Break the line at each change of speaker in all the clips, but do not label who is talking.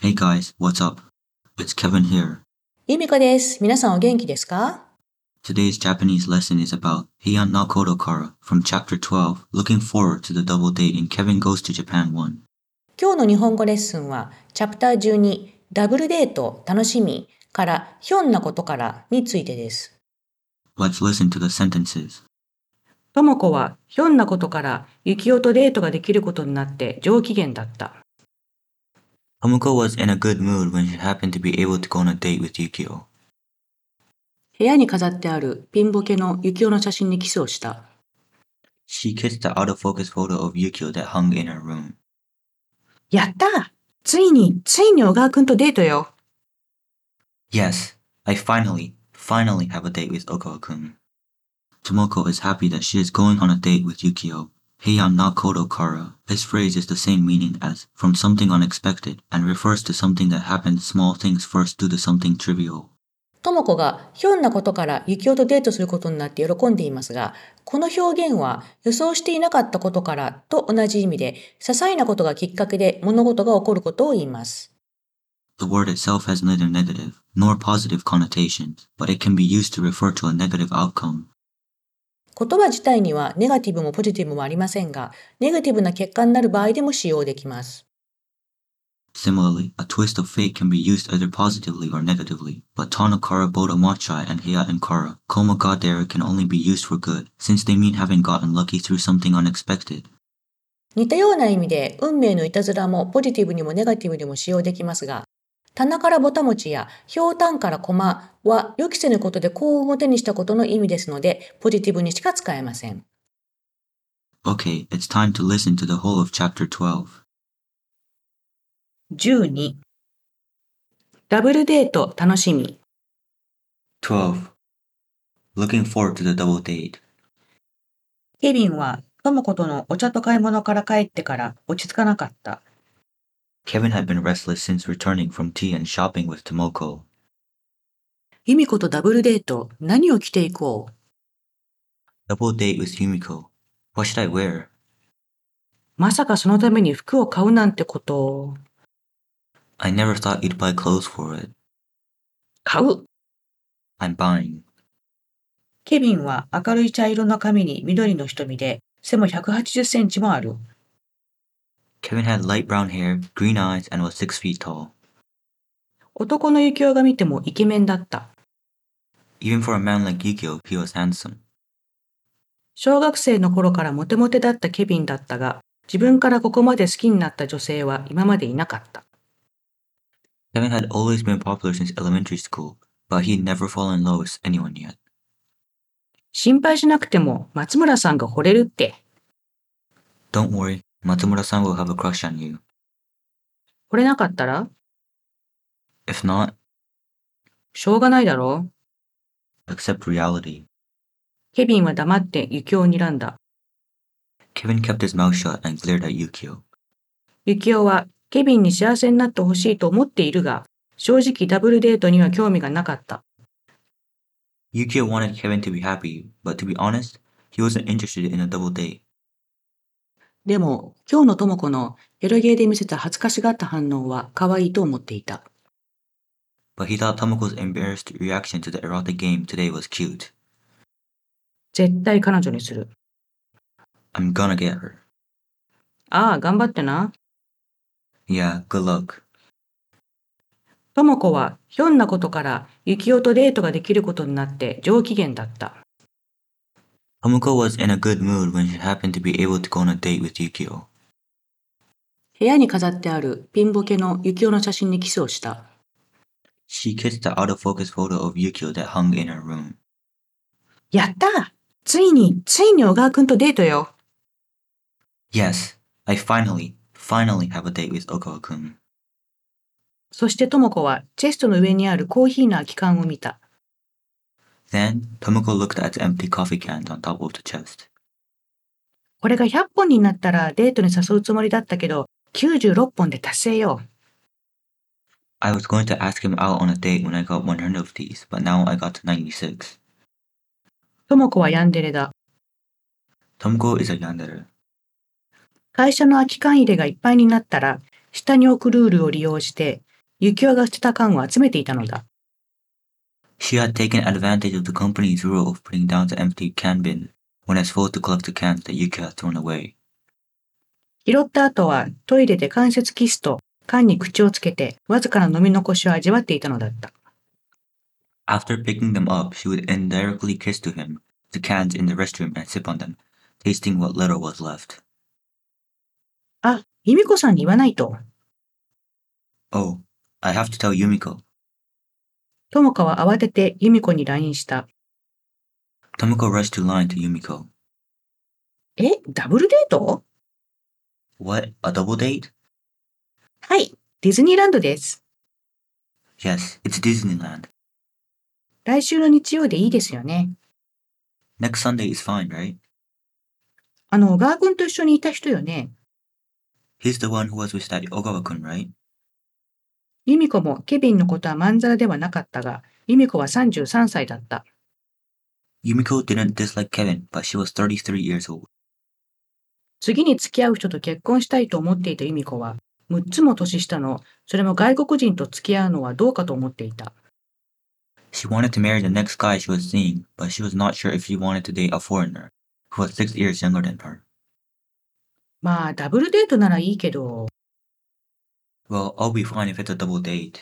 Hey guys, what's up? It's Kevin here.
ゆみこです。皆さんお元気ですか
Today's Japanese lesson is about Heian Nakodokara from chapter 12, Looking Forward to the Double Date in Kevin Goes to Japan 1.
今日の日本語レッスンは、チャプター12、ダブルデート、楽しみから、ひょんなことからについてです。
Let's listen to the sentences.
ともこはひょんなことから幸男とデートができることになって上機嫌だった。
Tomoko was in a good mood when she happened to be able to go on a date with Yukio.
部屋に飾ってあるピンボケの幸男の写真にキスをした。
She kissed the out of focus photo of Yukio that hung in her room.
やったついに、ついに小川くんとデートよ
Yes, I finally, finally have a date with Okawa-kun. Tomoko is happy that she is going on a date with Yukio. Heian Nakodo Kara. This phrase is the same meaning as from something unexpected and refers to something that happens small things first due to something trivial.
ともこがひょんなことから幸男とデートすることになって喜んでいますが、この表現は予想していなかったことからと同じ意味で、些細なことがきっかけで物事が起こることを言います。
The word itself has neither negative nor positive connotations, but it can be used to refer to a negative outcome.
言葉自体にはネガティブもポジティブもありませんが、ネガティブな結果になる場合でも使用できます。
Similarly, a twist of fate can be used either positively or negatively, but Tanakara Bodomachai and Heian Kara, Koma Godera can only be used for good, since they mean having gotten lucky through something unexpected.
似たような意味で運命のいたずらもポジティブにもネガティブにも使用できますが棚からぼたもちやひょうたんから駒は予期せぬことで幸運を手にしたことの意味ですのでポジティブにしか使えません
Okay, it's time to listen to the whole of chapter 12.
12ダブルデート楽しみ
12. Looking forward to the double date.
ケビンはともことのお茶と買い物から帰ってから落ち着かなかった。
Kevin had been restless since returning from tea and shopping with Tomoko.
由美子とダブルデート何を着ていこう
Double date with Yumiko. What should I wear?
まさかそのために服を買うなんてことを。
I never thought you'd buy clothes for it.
買う
I'm buying.
ケビンは明るい茶色の髪に緑の瞳で、背も180センチもある。
Kevin had light brown hair, green eyes, and was six feet tall.
男の幸男が見てもイケメンだった。
Even for a man like Yukio, he was handsome.
小学生の頃からモテモテだったケビンだったが、自分からここまで好きになった女性は今までいなかった。
Kevin had always been popular since elementary school, but he'd never fallen in love with anyone yet.
心配しなくても松村さんが惚れるって。
Don't worry, Matsumura-san will have a crush on you.
惚れなかったら
If not,
しょうがないだろう。
accept reality.
ケビンは黙って幸男を睨んだ。
Kevin kept his mouth shut and glared at Yukio.
幸男はケビンに幸せになってほしいと思っているが、正直ダブルデートには興味がなかった。
Yukio wanted Kevin to be happy, but to be honest, he wasn't interested in a double date.
でも、今日のともこのエロゲーで見せた恥ずかしがった反応は可愛いと思っていた。
But he thought Tomoko's embarrassed reaction to the erotic game today was cute.
絶対彼女にする。
I'm gonna get her.
ああ、頑張ってな。
Yeah, good luck.
ともこはひょんなことから幸男とデートができることになって上機嫌だった。
Tomoko was in a good mood when she happened to be able to go on a date with Yukio.
部屋に飾ってあるピンボケの幸男の写真にキスをした。
She kissed the out of focus photo of Yukio that hung in her room.
やったついに、ついに小川くんとデートよ
Yes, I finally, finally have a date with Okawa-kun.
そしてともこはチェストの上にあるコーヒーの空き缶を見た。
Then, Tomoko looked at the empty coffee cans on top of the chest.
これが100本になったらデートに誘うつもりだったけど、96本で達成よ。
I was going to ask him out on a date when I got 100 of these, but now I got to 96.
ともこはヤンデレだ。
Tomoko is a yandere.
会社の空き缶入れがいっぱいになったら、下に置くルールを利用して、幸男が捨てた缶を集めていたのだ。
She had taken advantage of the company's rule of putting down the empty can bin when it's forced to collect the cans that Yukio had thrown away.
拾った後はトイレで関節キスと缶に口をつけてわずかな飲み残しを味わっていたのだった。
After picking them up, she would indirectly kiss to him the cans in the restroom and sip on them, tasting what little was left.
あ、由美子さんに言わないと。
Oh, I have to tell Yumiko.
友香は慌てて由美子に LINE した。
Tomoko rushed to line to Yumiko.
え、ダブルデート
What? A double date?
はい、ディズニーランドです。
Yes, it's Disneyland.
来週の日曜でいいですよね。
Next Sunday is fine, right?
あの、小川君と一緒にいた人よね。
He's the one who was with that Ogawa-kun, right?
由美子もケビンのことはまんざらではなかったが、由美子は33歳だった。
Yumiko didn't dislike Kevin, but she was 33 years old.
次に付き合う人と結婚したいと思っていた由美子は、6つも年下の、それも外国人と付き合うのはどうかと思っていた。
She wanted to marry the next guy she was seeing, but she was not sure if she wanted to date a foreigner, who was six years younger than her.
まあ、ダブルデートならいいけど、
Well, I'll be fine if it's a double date.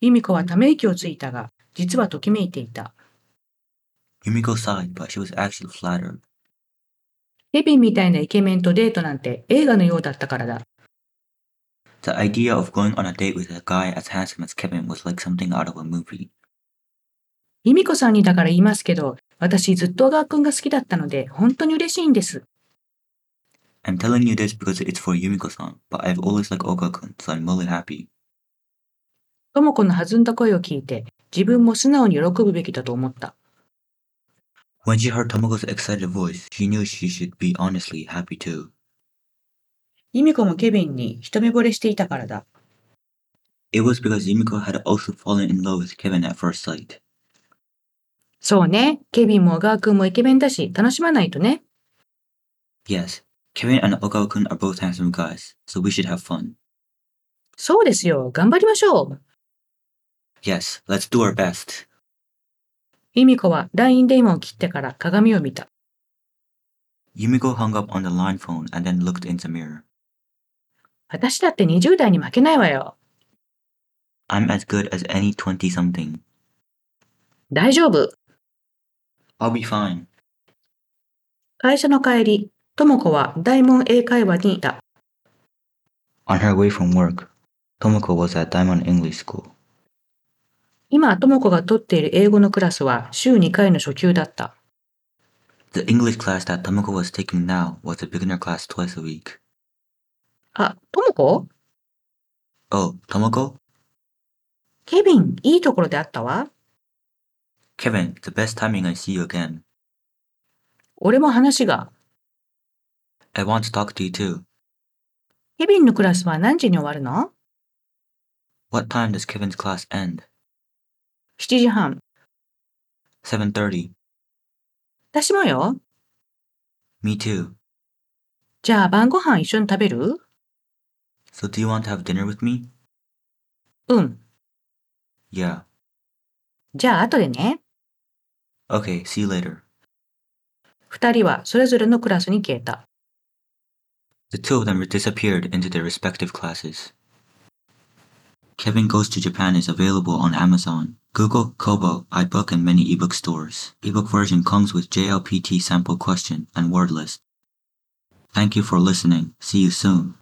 由美子はため息をついたが、実はときめいていた。
Yumiko sighed, but she was actually flattered.
ケビンみたいなイケメンとデートなんて映画のようだったからだ。
The idea of going on a date with a guy as handsome as Kevin was like something out of a movie.
由美子さんにだから言いますけど、私ずっと小川くんが好きだったので、本当に嬉しいんです。
I'm telling you this because it's for Yumiko-san, but I've always liked Oga-kun, so I'm really happy.
智子の弾んだ声を聞いて、自分も素直に喜ぶべきだと思った。
When she heard Tomoko's excited voice, she knew she should be honestly happy too.
由美子もケビンに一目惚れしていたからだ。
It was because Yumiko had also fallen in love with Kevin at first sight.
そうね。ケビンも小川くんもイケメンだし、楽しまないとね。
Yes, Kevin and Ogawa-kun are both handsome guys, so we should have fun.
そうですよ。頑張りましょう。
Yes, let's do our best.
由美子は LINE 電話を切ってから鏡を見た。
Yumiko hung up on the line phone and then looked in the mirror.
私だって20代に負けないわよ。
I'm as good as any 20 something.
大丈夫。
I'll be fine.
会社の帰り、智子は大門英会話にいた。
On her way from work, Tomoko was at Diamond English School.
今、智子が取っている英語のクラスは週2回の初級だった。
The English class that Tomoko was taking now was a beginner class twice a week.
あ、智子
Oh, Tomoko?
ケビン、いいところであったわ。
Kevin, the best timing I see you again.
俺も話が。
I want to talk to you too.
ケビンのクラスは何時に終わるの
What time does Kevin's class end?
7時半。
7.30.
私もよ。
Me too.
じゃあ晩ご飯一緒に食べる
So do you want to have dinner with me?
うん。
Yeah.
じゃあ後でね。
Okay, see you later.
二人はそれぞれのクラスに消えた。
The two of them disappeared into their respective classes. Kevin Goes to Japan is available on Amazon, Google, Kobo, iBook, and many ebook stores. Ebook version comes with JLPT sample question and word list. Thank you for listening. See you soon.